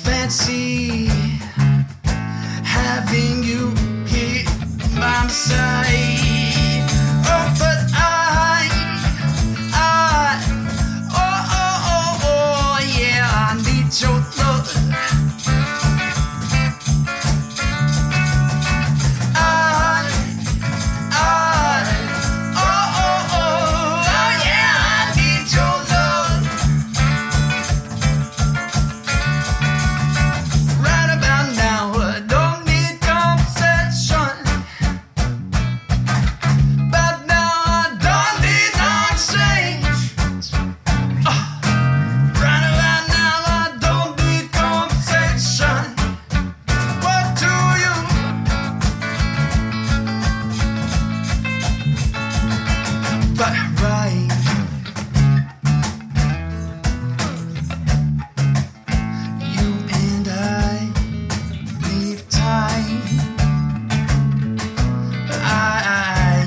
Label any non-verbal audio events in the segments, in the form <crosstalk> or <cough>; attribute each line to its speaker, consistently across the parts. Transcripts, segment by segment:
Speaker 1: fancy having you here by my side. Oh, but I, I, oh, oh, oh, oh, yeah, I need your love. I, I, oh, oh, oh, oh, yeah, I need your love. Right about now, I don't need conversation. But now I don't need no exchange. Ah. Right about now, I don't need conversation. What do you? But right. You and I need time. I,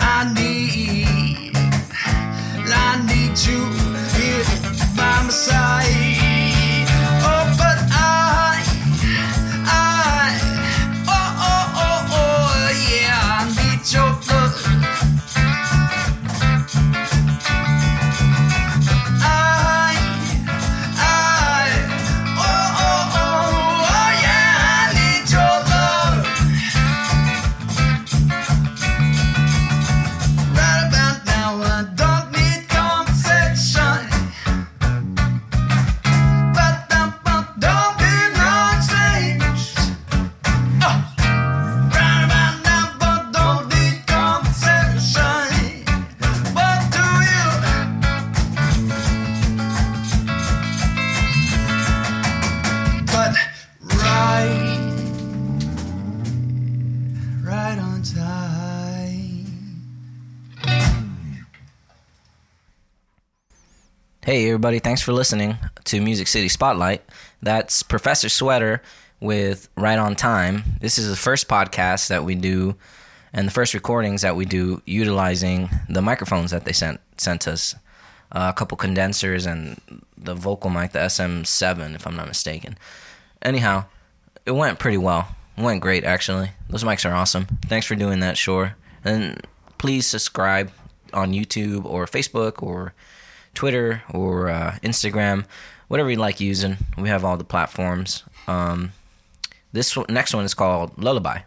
Speaker 1: I need, I need you here by my side. Oh, but I, I, oh, oh, oh, oh, yeah, I need your love. I. I, oh, oh, oh, oh, yeah, I need your love. Right about now, I don't need conversation. But I don't need no change. Oh. Right about now, I don't need conversation. What do you? but right, right on time.
Speaker 2: Hey, everybody, thanks for listening to Music City Spotlight. That's Professor Sweater with Right on Time. This is the first podcast that we do and the first recordings that we do utilizing the microphones that they sent sent us uh, a couple condensers and the vocal mic, the SM7, if I'm not mistaken. Anyhow, it went pretty well. It went great, actually. Those mics are awesome. Thanks for doing that, Shore. And please subscribe on YouTube or Facebook or Twitter or uh, Instagram, whatever you like using. We have all the platforms. Um, this one- next one is called Lullaby.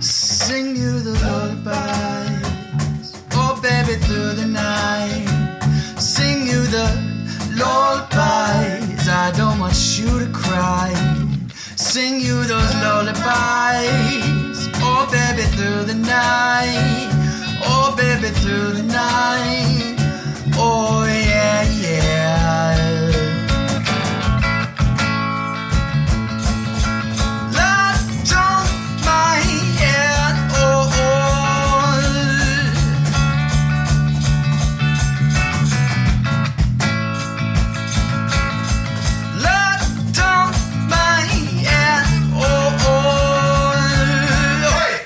Speaker 1: Sing you the lullabies, oh baby, through the night. Sing you the lullabies, I don't want you to cry. Sing you those lullabies, oh baby, through the night. Oh baby, through the night. Oh yeah, yeah. Locked on my head, oh, oh. Locked on my head, oh, oh.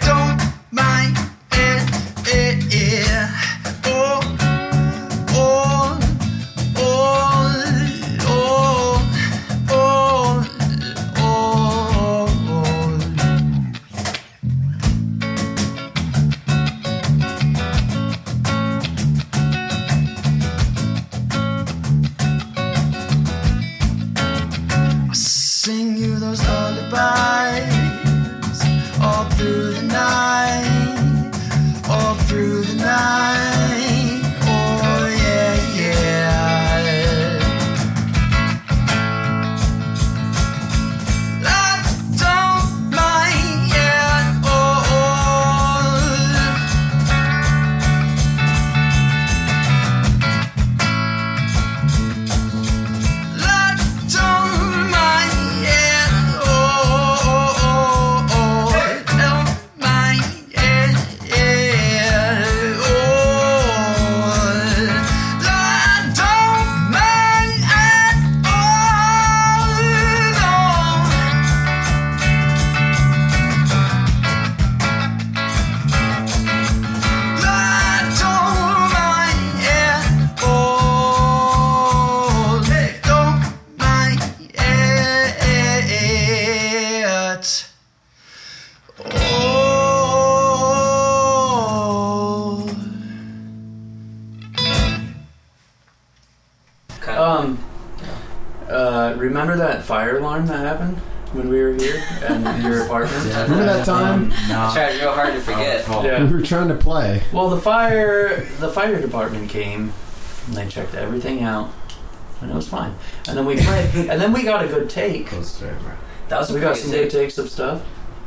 Speaker 1: Don't mind it, it, it, oh. Oh, Oh.
Speaker 3: Um, uh, Remember that fire alarm that happened when we were here and your apartment? Um,
Speaker 4: Yeah,
Speaker 5: Remember that time?
Speaker 2: I
Speaker 4: No.
Speaker 2: tried real hard to forget.
Speaker 4: Oh,
Speaker 3: Yeah.
Speaker 5: We were trying to play.
Speaker 3: Well, the fire the fire department came and they checked everything out and it was fine. And then we played and then we got a good take.
Speaker 4: Close to it, bro.
Speaker 2: That was a
Speaker 3: We got
Speaker 2: pretty
Speaker 3: some
Speaker 2: sick-
Speaker 3: good takes of stuff.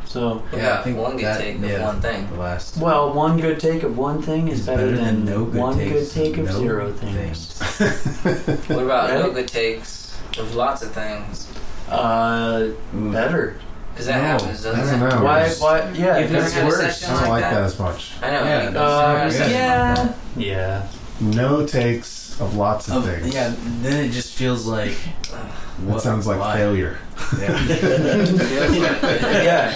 Speaker 3: So
Speaker 2: Yeah, one good
Speaker 4: that-
Speaker 2: take of
Speaker 4: yeah,
Speaker 2: one thing.
Speaker 4: The last. <laughs>
Speaker 3: well, one good take of one thing is
Speaker 4: It's
Speaker 3: better, than,
Speaker 4: no good
Speaker 3: one
Speaker 4: takes,
Speaker 3: good take of
Speaker 4: no
Speaker 3: zero things.
Speaker 2: What about
Speaker 3: Right?
Speaker 2: no good takes of lots of things?
Speaker 3: Uh,
Speaker 4: Ooh.
Speaker 3: better.
Speaker 2: Because that
Speaker 4: No,
Speaker 2: happens,
Speaker 5: I
Speaker 2: doesn't
Speaker 5: don't
Speaker 2: it?
Speaker 5: know.
Speaker 3: Why?
Speaker 5: It's-
Speaker 3: Why? Yeah.
Speaker 2: You've never
Speaker 3: it's
Speaker 2: had a
Speaker 3: worse.
Speaker 2: session
Speaker 5: I don't
Speaker 2: like
Speaker 5: like
Speaker 2: that?
Speaker 5: that as much.
Speaker 2: I know.
Speaker 4: Yeah,
Speaker 2: you- you
Speaker 3: Uh,
Speaker 4: Yeah.
Speaker 2: said-
Speaker 3: yeah. Yeah.
Speaker 5: No takes of lots of
Speaker 4: Of-
Speaker 5: things.
Speaker 4: yeah, then it just feels like.
Speaker 5: That
Speaker 4: What
Speaker 5: sounds like
Speaker 4: why?
Speaker 5: failure.
Speaker 3: <laughs>
Speaker 2: <laughs>
Speaker 3: Yeah.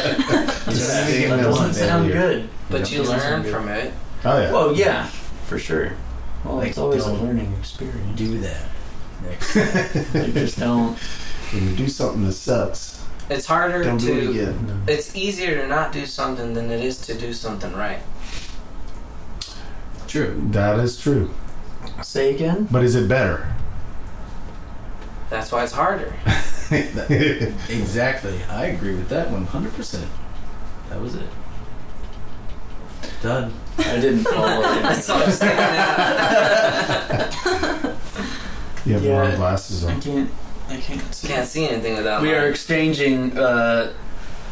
Speaker 5: Just
Speaker 3: It
Speaker 5: seeing
Speaker 4: That
Speaker 5: those
Speaker 3: doesn't sound
Speaker 5: failure.
Speaker 3: good.
Speaker 2: But you learn from it.
Speaker 5: Oh yeah.
Speaker 3: Well, yeah, for sure. Well,
Speaker 4: Like,
Speaker 3: it's always a
Speaker 4: don't
Speaker 3: learning experience.
Speaker 4: Do that. Next.
Speaker 3: Like, <laughs> just don't.
Speaker 5: when you do something that sucks,
Speaker 2: It's harder
Speaker 5: don't do it
Speaker 2: to.
Speaker 5: again.
Speaker 2: It's easier to not do something than it is to do something right.
Speaker 4: True.
Speaker 5: That is true.
Speaker 3: Say again.
Speaker 5: But is it better?
Speaker 2: That's why it's harder.
Speaker 4: Exactly. I agree with that 100%. That was it. Done.
Speaker 3: I didn't <laughs> follow it.
Speaker 2: So I'm saying that.
Speaker 5: you have the
Speaker 3: Yeah.
Speaker 5: wrong glasses
Speaker 3: I
Speaker 5: on.
Speaker 3: can't. I can't.
Speaker 2: You can't see anything without.
Speaker 3: We
Speaker 2: light.
Speaker 3: are exchanging. Uh,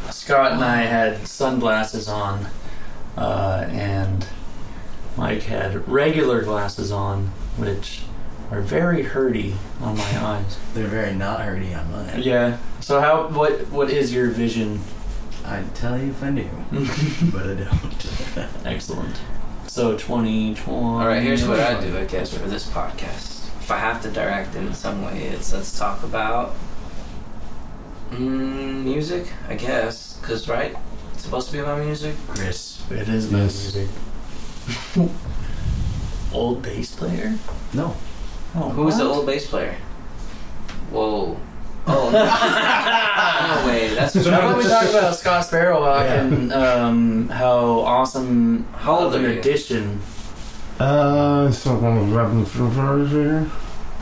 Speaker 3: Scott and I had sunglasses on, uh, and Mike had regular glasses on, which are very hurty on my eyes.
Speaker 4: They're very not hurting on mine.
Speaker 3: Yeah. So how? What? What is your vision?
Speaker 4: I'd tell you if I <laughs> knew, but I don't.
Speaker 3: Excellent. So twenty twenty.
Speaker 2: All right. Here's what I do. I guess for this podcast, if I have to direct in some way, it's let's talk about mm, music. I guess because right, it's supposed to be about music.
Speaker 4: Chris.
Speaker 3: It is
Speaker 5: my
Speaker 3: nice.
Speaker 5: Yes.
Speaker 3: music. <laughs> Old bass player?
Speaker 4: No.
Speaker 3: Oh,
Speaker 2: Who's the
Speaker 3: what?
Speaker 2: old bass player?
Speaker 3: <laughs>
Speaker 2: Whoa. Oh no. no way. That's
Speaker 3: Remember we talked about Scott Sparrowhawk
Speaker 5: Yeah.
Speaker 3: and um, how awesome
Speaker 2: How old
Speaker 3: of an
Speaker 2: are you?
Speaker 3: addition.
Speaker 5: Uh, so I'm gonna grab them from here.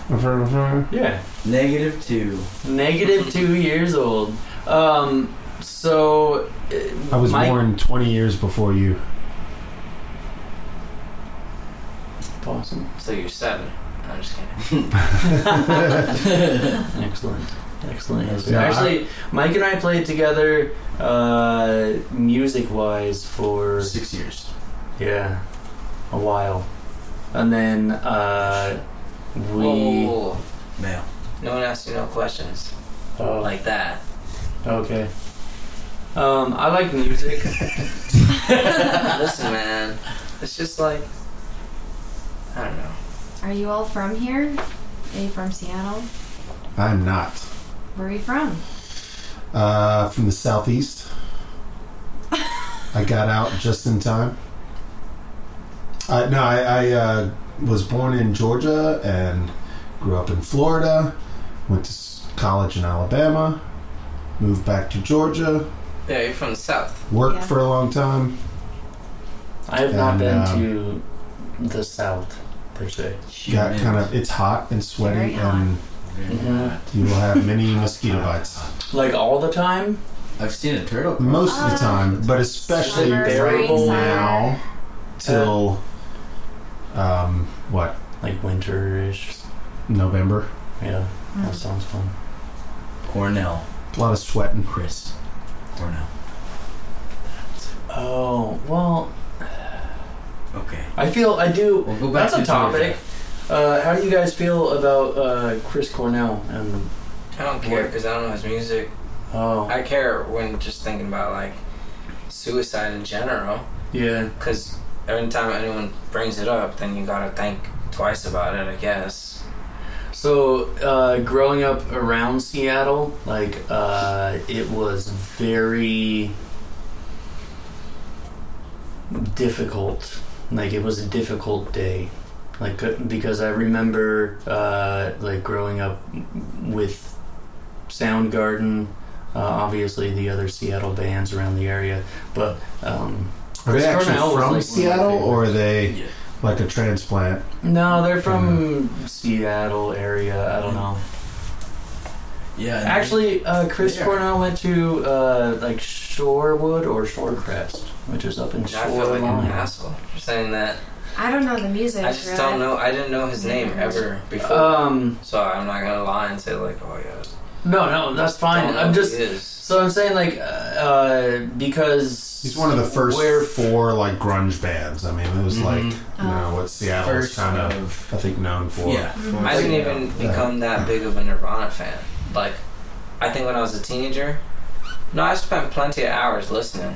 Speaker 5: From here, from here.
Speaker 3: Yeah.
Speaker 4: Negative two.
Speaker 3: Negative two years old. Um, so. uh,
Speaker 5: I was
Speaker 3: Mike-
Speaker 5: born 20 years before you.
Speaker 3: Awesome.
Speaker 2: So you're seven. No, I'm just kidding.
Speaker 3: Excellent. Excellent.
Speaker 4: Yes.
Speaker 5: Yeah,
Speaker 3: Actually, Mike and I played together uh, music wise for.
Speaker 4: Six years.
Speaker 3: Yeah, a while. And then uh, we.
Speaker 2: Whoa, whoa, whoa.
Speaker 4: Male.
Speaker 2: No one asked you no questions
Speaker 3: Oh,
Speaker 2: like that.
Speaker 3: okay. Um, I like music.
Speaker 2: Listen, man. It's just like I don't know.
Speaker 6: Are you all from here? Are you from Seattle?
Speaker 5: I'm not.
Speaker 6: Where are you from?
Speaker 5: Uh, from the southeast. I got out just in time. Uh, no, I, I uh, was born in Georgia and grew up in Florida. Went to s- college in Alabama. Moved back to Georgia.
Speaker 2: Yeah, you're from the south.
Speaker 5: Worked
Speaker 6: Yeah.
Speaker 5: for a long time.
Speaker 3: I have not
Speaker 5: And,
Speaker 3: been
Speaker 5: um,
Speaker 3: to the South, per se.
Speaker 5: Got kind of it's hot and
Speaker 6: Very
Speaker 5: sweaty,
Speaker 6: hot.
Speaker 5: and
Speaker 4: Mm-hmm.
Speaker 3: Mhm.
Speaker 5: you will have many mosquito bites
Speaker 3: Like all the time?
Speaker 4: I've seen a turtle.
Speaker 5: most of the
Speaker 6: Uh,
Speaker 5: time, but especially
Speaker 3: summer,
Speaker 5: right
Speaker 3: spring, summer.
Speaker 5: now till um, what
Speaker 3: Like winterish.
Speaker 5: November.
Speaker 3: Yeah,
Speaker 5: Hmm.
Speaker 3: that
Speaker 6: Mm.
Speaker 3: sounds fun.
Speaker 4: Cornell.
Speaker 5: A lot of sweating.
Speaker 4: Chris. Cornell.
Speaker 3: Oh, well,
Speaker 4: Okay.
Speaker 3: I feel I do.
Speaker 4: We'll go back
Speaker 3: That's a
Speaker 4: to
Speaker 3: topic. Uh, how do you guys feel about uh, Chris Cornell and.
Speaker 2: I don't care because I don't know his music.
Speaker 3: Oh,
Speaker 2: I care when just thinking about like suicide in general.
Speaker 3: yeah.
Speaker 2: Because every time anyone brings it up, then you gotta think twice about it. I guess.
Speaker 3: So, uh, growing up around Seattle, like, uh, it was very difficult. Like, it was a difficult day. Like, uh, because I remember, uh, like, growing up with Soundgarden, uh, obviously the other Seattle bands around the area, but, um,
Speaker 5: Are
Speaker 3: Chris
Speaker 5: they actually
Speaker 3: Cornell was, like,
Speaker 5: from
Speaker 3: one of my
Speaker 5: Seattle, or are they
Speaker 4: Yeah.
Speaker 5: like a transplant?
Speaker 3: no, they're from Seattle area. I don't know.
Speaker 4: Yeah.
Speaker 3: Actually, uh, Chris
Speaker 4: There.
Speaker 3: Cornell went to uh, like Shorewood or Shorecrest, which is up in
Speaker 2: I feel like
Speaker 3: Shoreline.
Speaker 2: an asshole for saying that.
Speaker 6: I don't know the music.
Speaker 2: I just
Speaker 6: really.
Speaker 2: don't know. I didn't know his name ever before,
Speaker 3: um,
Speaker 2: so I'm not gonna lie and say like, oh yeah.
Speaker 3: no, no, that's
Speaker 2: I
Speaker 3: fine.
Speaker 2: don't know
Speaker 3: I'm
Speaker 2: who
Speaker 3: just
Speaker 2: he is.
Speaker 3: so I'm saying like uh, uh, because
Speaker 5: He's one of the first
Speaker 3: Where Mm-hmm.
Speaker 5: four like grunge bands. I mean, it was like you know what Seattle's
Speaker 4: First
Speaker 5: kind of
Speaker 4: of.
Speaker 5: I think known for.
Speaker 4: Yeah.
Speaker 6: Mhm.
Speaker 2: I didn't
Speaker 4: Yeah.
Speaker 2: even become that big of a Nirvana fan. Like, I think when I was a teenager, no, I spent plenty of hours listening,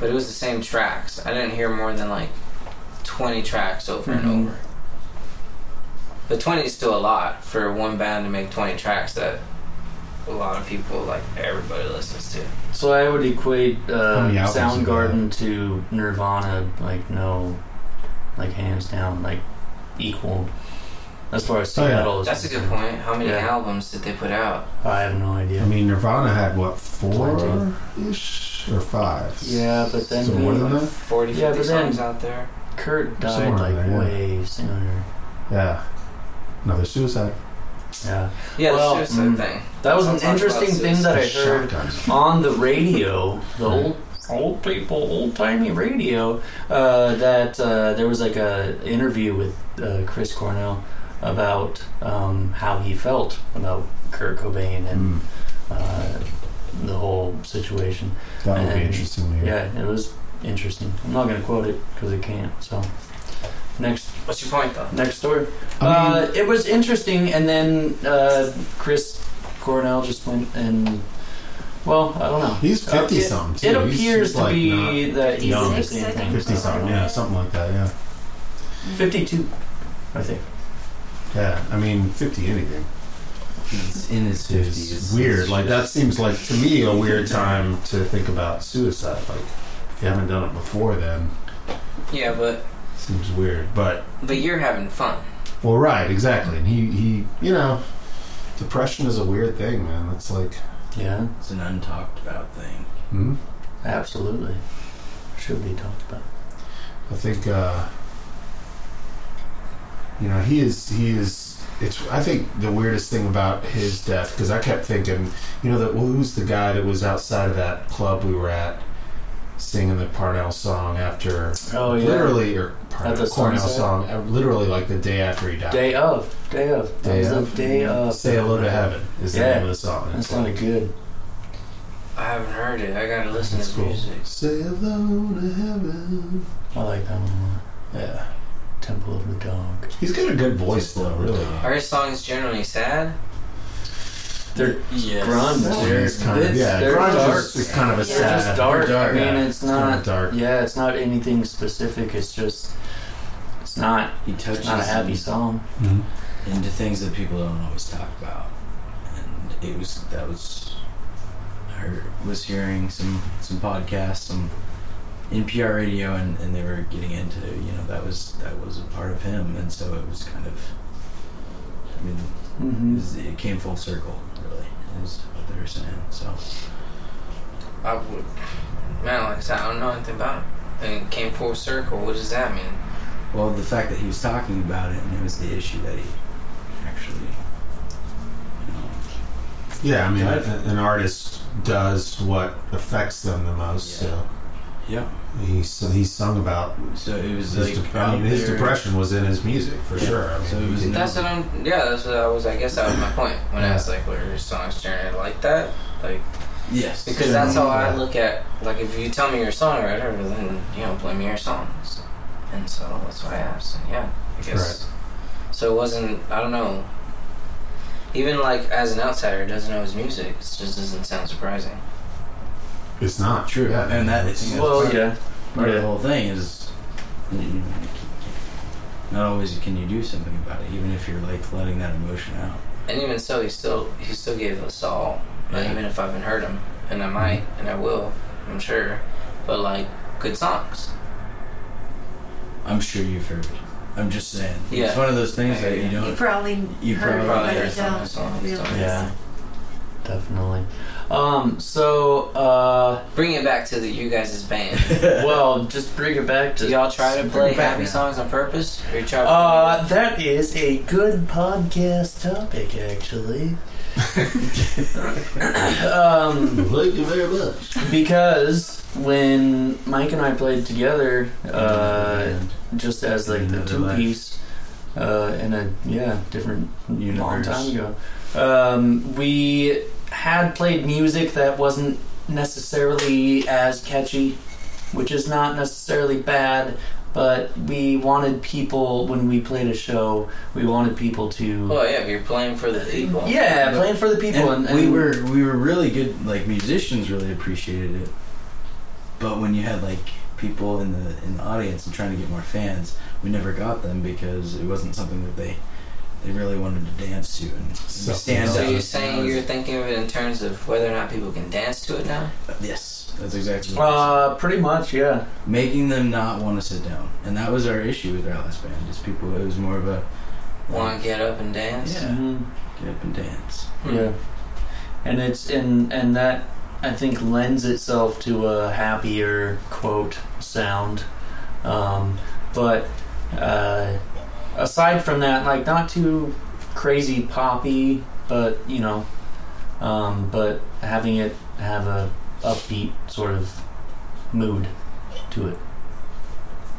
Speaker 2: but it was the same tracks. I didn't hear more than like 20 tracks over
Speaker 3: Mhm.
Speaker 2: and over. But 20 is still a lot for one band to make 20 tracks that a lot of people, like everybody, listens to.
Speaker 3: So I would equate uh,
Speaker 5: many albums
Speaker 3: Soundgarden to Nirvana, like no, like hands down, like equal. As far as
Speaker 5: Oh,
Speaker 3: Seattle
Speaker 5: yeah.
Speaker 3: is
Speaker 2: That's a good
Speaker 3: concerned.
Speaker 2: point. How many
Speaker 3: Yeah.
Speaker 2: albums did they put out?
Speaker 3: I have no
Speaker 5: I
Speaker 3: idea.
Speaker 5: mean, Nirvana had what four ish or five?
Speaker 3: Yeah, but then
Speaker 5: so more
Speaker 3: who-
Speaker 5: than that.
Speaker 2: 40,
Speaker 3: Yeah,
Speaker 2: 50
Speaker 3: but then-
Speaker 2: songs out there?
Speaker 3: Kurt died
Speaker 5: Somewhere
Speaker 3: like
Speaker 5: in there, yeah.
Speaker 3: way sooner.
Speaker 5: Yeah, another suicide.
Speaker 3: Yeah,
Speaker 2: Yeah,
Speaker 3: Well,
Speaker 2: the suicide
Speaker 3: mm,
Speaker 2: thing.
Speaker 3: that was
Speaker 2: I'll
Speaker 3: an
Speaker 2: talk about
Speaker 3: interesting thing
Speaker 2: suicide.
Speaker 3: that I
Speaker 5: The
Speaker 3: heard
Speaker 5: shotgun.
Speaker 3: on the radio, the old old people, old timey radio, uh, that uh, there was like a interview with uh, Chris Cornell about um, how he felt about Kurt Cobain and
Speaker 5: Mm,
Speaker 3: uh, the whole situation.
Speaker 5: that would be
Speaker 3: And-
Speaker 5: interesting to hear.
Speaker 3: Yeah, it was interesting. I'm not gonna quote it because I can't. So next
Speaker 2: What's your point, though?
Speaker 3: next story.
Speaker 5: I mean,
Speaker 3: uh, it was interesting, and then uh, Chris Cornell just went and well, I don't know.
Speaker 5: he's
Speaker 3: Uh,
Speaker 5: fifty something.
Speaker 3: It
Speaker 5: too. He's-
Speaker 3: appears
Speaker 5: he's
Speaker 3: to
Speaker 5: like
Speaker 3: be that he's
Speaker 5: young.
Speaker 3: doing the same thing.
Speaker 5: fifty something. Yeah, something like that. Yeah,
Speaker 3: Fifty-two, I think.
Speaker 5: yeah. I mean, fifty anything.
Speaker 4: He's in his
Speaker 5: is
Speaker 4: 50s.
Speaker 5: weird.
Speaker 4: It's
Speaker 5: Like that
Speaker 4: just-
Speaker 5: seems like to me a weird time to think about suicide. Like if you haven't done it before, then
Speaker 2: Yeah, but
Speaker 5: it seems weird. But
Speaker 2: but you're having fun.
Speaker 5: well, right, exactly. And he, he, you know, depression is a weird thing, man. That's like,
Speaker 3: Yeah,
Speaker 4: It's an untalked about thing.
Speaker 5: hmm?
Speaker 3: absolutely. Should be talked about.
Speaker 5: I think, uh, you know, he is, he is. It's. I think the weirdest thing about his death because I kept thinking, you know, that well, who's the guy that was outside of that club we were at singing the Parnell song after
Speaker 3: Oh yeah.
Speaker 5: literally or
Speaker 3: At the
Speaker 5: Cornell
Speaker 3: sunset?
Speaker 5: song, uh, literally like the day after he died.
Speaker 3: Day of, day of,
Speaker 5: Day
Speaker 3: That was
Speaker 5: of.
Speaker 3: the day of.
Speaker 5: Say hello to heaven is the
Speaker 3: Yeah.
Speaker 5: name of the song.
Speaker 3: That
Speaker 5: It's like,
Speaker 3: sounded good.
Speaker 2: I haven't heard it. I gotta listen
Speaker 5: that's
Speaker 2: to
Speaker 5: cool.
Speaker 2: music.
Speaker 5: Say hello to heaven.
Speaker 3: I like that one. a lot.
Speaker 5: Yeah,
Speaker 3: Temple of the Dog.
Speaker 5: he's got a good voice though. Really,
Speaker 2: Are his songs generally sad?
Speaker 3: They're
Speaker 4: Yes.
Speaker 3: grunge. They're,
Speaker 5: It's kind of,
Speaker 3: it's-
Speaker 5: yeah,
Speaker 3: they're
Speaker 5: grunge
Speaker 3: dark.
Speaker 5: is, is kind of a
Speaker 3: They're
Speaker 5: sad,
Speaker 3: just dark. I mean,
Speaker 5: yeah.
Speaker 3: it's
Speaker 5: kinda
Speaker 3: not.
Speaker 5: dark.
Speaker 3: Yeah, it's not anything specific. It's just. It's not.
Speaker 4: He
Speaker 3: It's
Speaker 4: touches
Speaker 3: not a happy
Speaker 4: in-
Speaker 3: song.
Speaker 4: into things that people don't always talk about, and it was that was. I heard- was hearing some some podcasts, some NPR radio, and, and they were getting into you know that was that was a part of him, and so it was kind of. I mean, it,
Speaker 3: Mm-hmm.
Speaker 4: was- it came full circle, really. Is what they were saying. So
Speaker 2: I would. Man, like I said, I don't know anything about him. And it came full circle. What does that mean?
Speaker 4: Well, the fact that he was talking about it and it was the issue that he actually. you know,
Speaker 5: Yeah, I mean, a- an artist does what affects them the most.
Speaker 4: Yeah.
Speaker 5: So
Speaker 4: Yeah.
Speaker 5: he so he sung about
Speaker 4: So it was
Speaker 5: his,
Speaker 4: like
Speaker 5: dep-
Speaker 4: out
Speaker 5: I mean, his
Speaker 4: there.
Speaker 5: depression was in his music for
Speaker 4: Yeah.
Speaker 5: sure. I mean,
Speaker 4: So it
Speaker 5: he
Speaker 4: was
Speaker 5: did-
Speaker 4: No.
Speaker 2: That's what I'm. Yeah, that's what I was. I guess that was my point when I
Speaker 5: Yeah.
Speaker 2: was like, "Were your songs generally like that?" Like
Speaker 4: Yes.
Speaker 2: because that's how I look at. Like if you tell me you're a songwriter, then you know, blame your songs. And so that's what I asked. And yeah, I guess. So it wasn't. I don't know. Even like as an outsider, who doesn't know his music. It just doesn't sound surprising.
Speaker 5: it's not
Speaker 4: True.
Speaker 5: Yeah,
Speaker 4: And that
Speaker 5: it's-
Speaker 4: is-
Speaker 3: Well, yeah.
Speaker 4: Part of
Speaker 3: Yeah.
Speaker 4: the whole thing is, you know, you can't- not always can you do something about it, even if you're like letting that emotion out.
Speaker 2: And even so, he still he still gave us all. Like,
Speaker 4: Yeah.
Speaker 2: even if I haven't heard him, and I might, and I will, I'm sure. But like good songs.
Speaker 4: I'm sure you've heard. I'm just saying.
Speaker 2: Yeah.
Speaker 4: It's one of those things that you
Speaker 6: You
Speaker 4: don't.
Speaker 6: probably
Speaker 4: You
Speaker 6: heard
Speaker 4: probably
Speaker 6: it,
Speaker 2: heard
Speaker 6: but you don't
Speaker 2: some of the songs,
Speaker 6: realize.
Speaker 3: Yeah, definitely. Um, so, uh,
Speaker 2: Bring it back to the you guys' band.
Speaker 4: <laughs>
Speaker 3: well, just bring it back to uh,
Speaker 2: Do y'all try to play
Speaker 3: back
Speaker 2: happy
Speaker 3: now.
Speaker 2: songs on purpose? Or you try to
Speaker 3: Uh, that is a good podcast topic, actually. <laughs> um,
Speaker 5: Thank you very much.
Speaker 3: because when Mike and I played together,
Speaker 4: <laughs>
Speaker 3: uh,
Speaker 4: And
Speaker 3: just as like the
Speaker 4: Another
Speaker 3: two
Speaker 4: life.
Speaker 3: piece, uh, in a yeah different long
Speaker 4: Universe.
Speaker 3: time ago, um, we had played music that wasn't necessarily as catchy, which is not necessarily bad. But we wanted people when we played a show. We wanted people to
Speaker 2: Well, yeah, if you're playing for the people.
Speaker 3: yeah playing for the people, and,
Speaker 4: and we were we were really good. Like musicians really appreciated it, but when you had like people in the in the audience and trying to get more fans, we never got them because it wasn't something that they they really wanted to dance to and
Speaker 5: Something
Speaker 4: stand
Speaker 2: So
Speaker 4: out.
Speaker 2: you're saying you're thinking of it in terms of whether or not people can dance to it now?
Speaker 4: yes, that's exactly. What I said.
Speaker 3: uh, pretty much yeah.
Speaker 4: making them not want to sit down, and that was our issue with our last band. Is people, it was more of a
Speaker 2: Want to get up and dance?
Speaker 4: Yeah.
Speaker 3: Mm-hmm.
Speaker 4: get up
Speaker 2: <laughs>
Speaker 4: and dance.
Speaker 2: Hmm.
Speaker 3: Yeah, and it's and and that I think lends itself to a happier quote sound, um, but uh, aside from that, like not too crazy poppy, but you know, um, but having it have a upbeat sort of mood to it.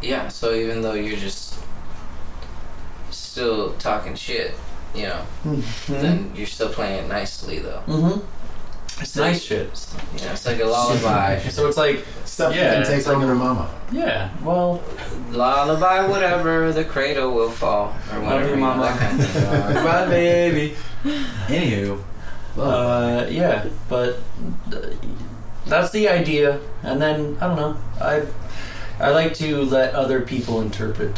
Speaker 2: Yeah, so even though you're just still talking shit, you know, then you're still playing it nicely, though.
Speaker 3: Mm-hmm. It's nice shit.
Speaker 2: You know, it's like a lullaby.
Speaker 3: So it's like,
Speaker 5: Stuff
Speaker 3: Yeah,
Speaker 5: you can take
Speaker 3: it's
Speaker 5: home to
Speaker 4: <laughs>
Speaker 5: mama.
Speaker 3: yeah, well,
Speaker 2: lullaby, whatever, the cradle will fall. Or
Speaker 3: Love
Speaker 2: whatever,
Speaker 3: you,
Speaker 2: you know,
Speaker 3: Mama.
Speaker 2: that kind
Speaker 4: Uh,
Speaker 2: of thing.
Speaker 4: Bye, baby. Anywho, love.
Speaker 3: Uh, yeah, but uh, that's the idea. And then I don't know. I I like to let other people interpret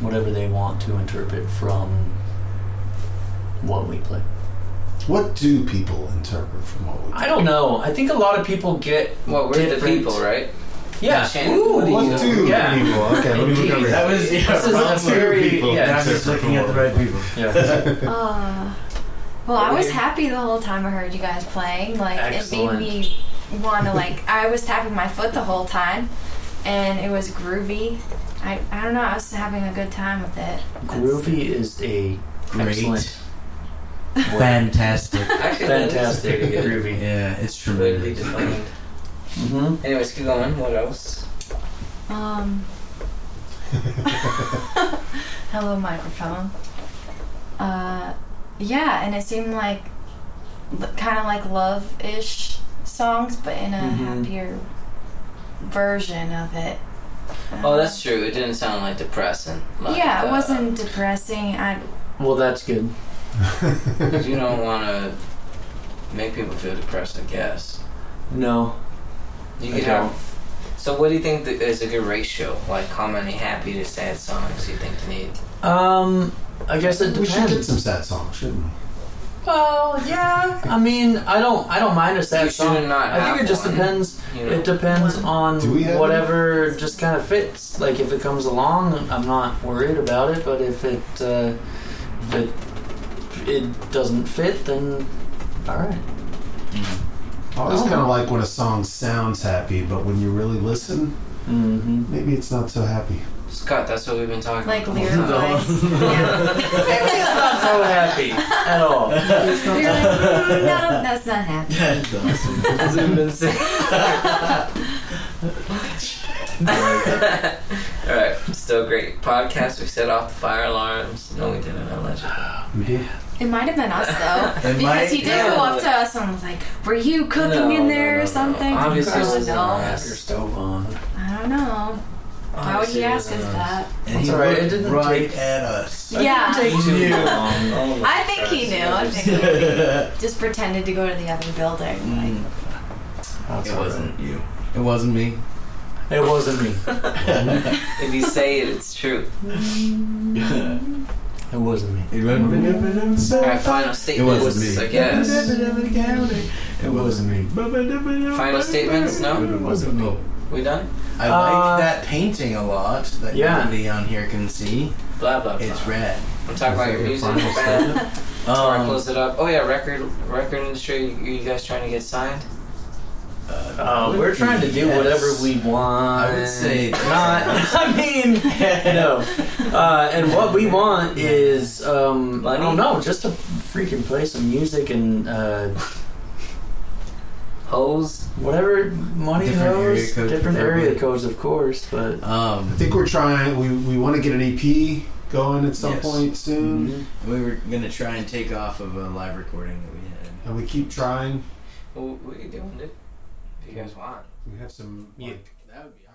Speaker 3: whatever they want to interpret from what we play.
Speaker 5: <laughs> What do people interpret from what we
Speaker 3: I don't know. I think a lot of people get
Speaker 2: Well, we're the
Speaker 3: Different.
Speaker 2: people, right?
Speaker 3: yeah.
Speaker 2: Shannon,
Speaker 3: Ooh,
Speaker 2: what do
Speaker 5: What do
Speaker 3: Yeah.
Speaker 5: people? Okay, let me look over
Speaker 3: Indeed.
Speaker 5: here.
Speaker 4: that was yeah, <laughs>
Speaker 3: This is
Speaker 4: wrong
Speaker 3: a
Speaker 4: word.
Speaker 3: very- yeah,
Speaker 5: people
Speaker 4: Yeah,
Speaker 5: interpret
Speaker 4: I'm just
Speaker 5: from
Speaker 4: looking at
Speaker 5: what
Speaker 4: the
Speaker 5: we-
Speaker 4: right people.
Speaker 3: yeah.
Speaker 6: Uh, well, I was happy the whole time I heard you guys playing. Like
Speaker 2: Excellent.
Speaker 6: it made me want to like. I was tapping my foot the whole time, and it was groovy. I, I don't know. I was having a good time with it.
Speaker 3: Groovy is a <laughs>
Speaker 4: Great.
Speaker 3: excellent, word.
Speaker 4: Fantastic.
Speaker 2: Actually, that is
Speaker 3: fantastic
Speaker 2: pretty good.
Speaker 3: groovy.
Speaker 4: yeah, it's
Speaker 2: Completely
Speaker 4: tremendous.
Speaker 2: defined.
Speaker 3: hmm
Speaker 2: Anyways, keep going. What else?
Speaker 6: Um. <laughs> Hello, microphone. Uh, yeah, and it seemed like kind of like love ish songs, but in a
Speaker 2: Mm-hmm.
Speaker 3: Mhm.
Speaker 6: happier version of it.
Speaker 2: Oh, that's true. It didn't sound like depressing. Like,
Speaker 6: yeah, it
Speaker 2: uh,
Speaker 6: wasn't depressing. I
Speaker 3: Well, that's good.
Speaker 2: You don't want to make people feel depressed, I guess.
Speaker 3: No,
Speaker 2: You
Speaker 3: I
Speaker 2: could have. So, what do you think th- is a good ratio? Like, how many happy to sad songs do you think you need?
Speaker 3: um, I guess it
Speaker 5: <laughs> We
Speaker 3: depends.
Speaker 5: should get some sad songs, shouldn't we?
Speaker 3: Well, yeah. I mean, I don't. I don't mind a sad
Speaker 2: You should
Speaker 3: song.
Speaker 2: not
Speaker 3: I
Speaker 2: have
Speaker 3: think it just
Speaker 2: one,
Speaker 3: depends.
Speaker 2: You know?
Speaker 3: It depends on
Speaker 5: Do we have
Speaker 3: whatever just kind of fits. Like if it comes along, I'm not worried about it. But if it uh, if it it doesn't fit, then all right.
Speaker 5: I always
Speaker 3: Oh.
Speaker 5: kind of like when a song sounds happy, but when you really listen,
Speaker 3: <laughs> Mm-hmm.
Speaker 5: maybe it's not so happy.
Speaker 2: Scott, that's what we've been talking <laughs>
Speaker 6: like
Speaker 2: about.
Speaker 6: lyric wise.
Speaker 2: <laughs>
Speaker 3: It's not so happy at all.
Speaker 6: You're like, "Mm, no, that's not happening.
Speaker 4: That's awesome.
Speaker 2: <laughs> All right, still great podcast. We set off the fire alarms. No, we didn't. I lied.
Speaker 5: We did.
Speaker 6: It might have been us though,
Speaker 4: It
Speaker 6: because
Speaker 4: might-
Speaker 6: he did
Speaker 2: yeah.
Speaker 6: go up to us and was like, "Were you cooking
Speaker 2: No,
Speaker 6: in
Speaker 2: no,
Speaker 6: there
Speaker 2: no, no.
Speaker 6: or something?"
Speaker 2: Obviously,
Speaker 6: Oh,
Speaker 2: it was
Speaker 6: no.
Speaker 2: us.
Speaker 3: Have your stove on.
Speaker 6: I don't know. Why would
Speaker 2: Obviously,
Speaker 6: he
Speaker 2: it
Speaker 6: ask
Speaker 2: was
Speaker 6: us
Speaker 2: us.
Speaker 6: that?
Speaker 4: And he
Speaker 3: It's all right, it
Speaker 4: looked
Speaker 3: didn't
Speaker 4: right
Speaker 3: take-
Speaker 4: at us.
Speaker 6: Yeah.
Speaker 3: It didn't take too long.
Speaker 2: Oh my
Speaker 6: I think he
Speaker 2: gosh,
Speaker 6: knew.
Speaker 2: it
Speaker 6: I
Speaker 2: was-
Speaker 6: think he
Speaker 4: <laughs>
Speaker 6: knew. just pretended to go to the other building. Like,
Speaker 4: Mm,
Speaker 3: That's
Speaker 4: it
Speaker 3: all right.
Speaker 4: wasn't you. It wasn't me.
Speaker 3: It wasn't me.
Speaker 2: If you say it, it's true.
Speaker 4: it
Speaker 3: It wasn't me.
Speaker 4: wasn't me.
Speaker 2: All right, final statement.
Speaker 4: wasn't me.
Speaker 2: I guess.
Speaker 4: It wasn't me.
Speaker 2: Final statements? No?
Speaker 4: It wasn't me.
Speaker 2: We done?
Speaker 4: I
Speaker 3: Uh,
Speaker 4: like that painting a lot that
Speaker 3: yeah.
Speaker 4: nobody on here can see.
Speaker 2: Blah, blah, blah.
Speaker 4: It's red.
Speaker 2: I'm talking about your music.
Speaker 4: Final
Speaker 2: your band.
Speaker 4: statement?
Speaker 2: Before I
Speaker 4: Um,
Speaker 2: close it up. Oh yeah, record record industry. You you guys trying to get signed?
Speaker 3: Uh, we're trying to do
Speaker 4: Yes.
Speaker 3: whatever we want.
Speaker 4: I would say-
Speaker 3: not. <laughs> I mean, no. Uh, and what we want is, um, I don't know, just to freaking play some music and uh,
Speaker 4: Holes.
Speaker 3: whatever money
Speaker 4: Different area
Speaker 3: goes,
Speaker 4: codes,
Speaker 3: different
Speaker 4: preferably.
Speaker 3: area codes, of course. But
Speaker 5: I
Speaker 4: Um,
Speaker 5: think we're trying. We we want to get an EP going at some
Speaker 4: Yes.
Speaker 5: point soon,
Speaker 3: Mm-hmm.
Speaker 4: we were gonna try and take off of a live recording that we had.
Speaker 5: and we keep trying.
Speaker 4: Well, we could do one, dude. If you guys want.
Speaker 5: We have some.
Speaker 3: Yeah.
Speaker 5: like,
Speaker 4: That would be